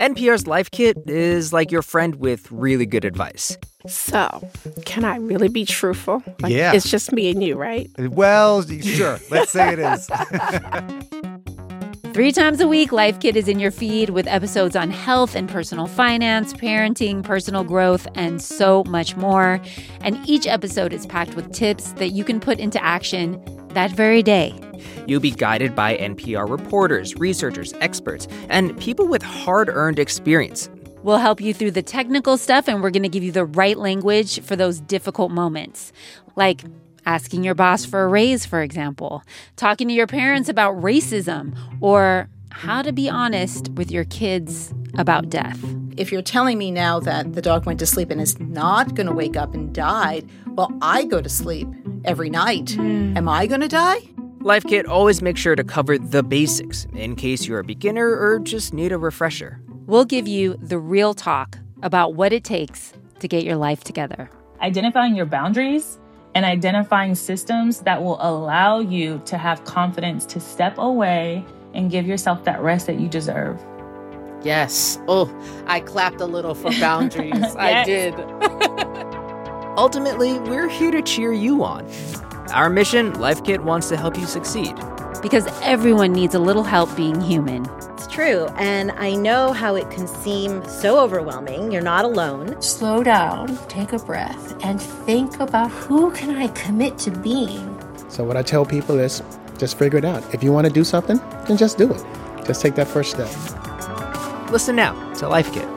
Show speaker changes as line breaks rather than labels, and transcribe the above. NPR's Life Kit is like your friend with really good advice.
So, can I really be truthful? Like,
Yeah.
It's just me and you, right?
Well, sure. Let's say it is.
Three times a week, Life Kit is in your feed with episodes on health and personal finance, parenting, personal growth, and so much more. And each episode is packed with tips that you can put into action that very day.
You'll be guided by NPR reporters, researchers, experts, and people with hard earned experience.
We'll help you through the technical stuff, and we're going to give you the right language for those difficult moments, like asking your boss for a raise, for example, talking to your parents about racism, or how to be honest with your kids about death.
If you're telling me now that the dog went to sleep and is not going to wake up and died, well, I go to sleep every night.
Hmm.
Am I going to die?
Life Kit always makes sure to cover the basics in case you're a beginner or just need a refresher.
We'll give you the real talk about what it takes to get your life together.
identifying your boundaries and identifying systems that will allow you to have confidence to step away and give yourself that rest that you deserve.
Yes. Oh, I clapped a little for boundaries. I
Yes.
did.
Ultimately, we're here to cheer you on. Our mission, Life Kit wants to help you succeed.
Because everyone needs a little help being human.
It's true. And I know how it can seem so overwhelming. You're not alone.
Slow down, take a breath, and think about who can I commit to being.
So what I tell people is just figure it out. If you want to do something, then just do it. Just take that first step.
Listen now to Life Kit.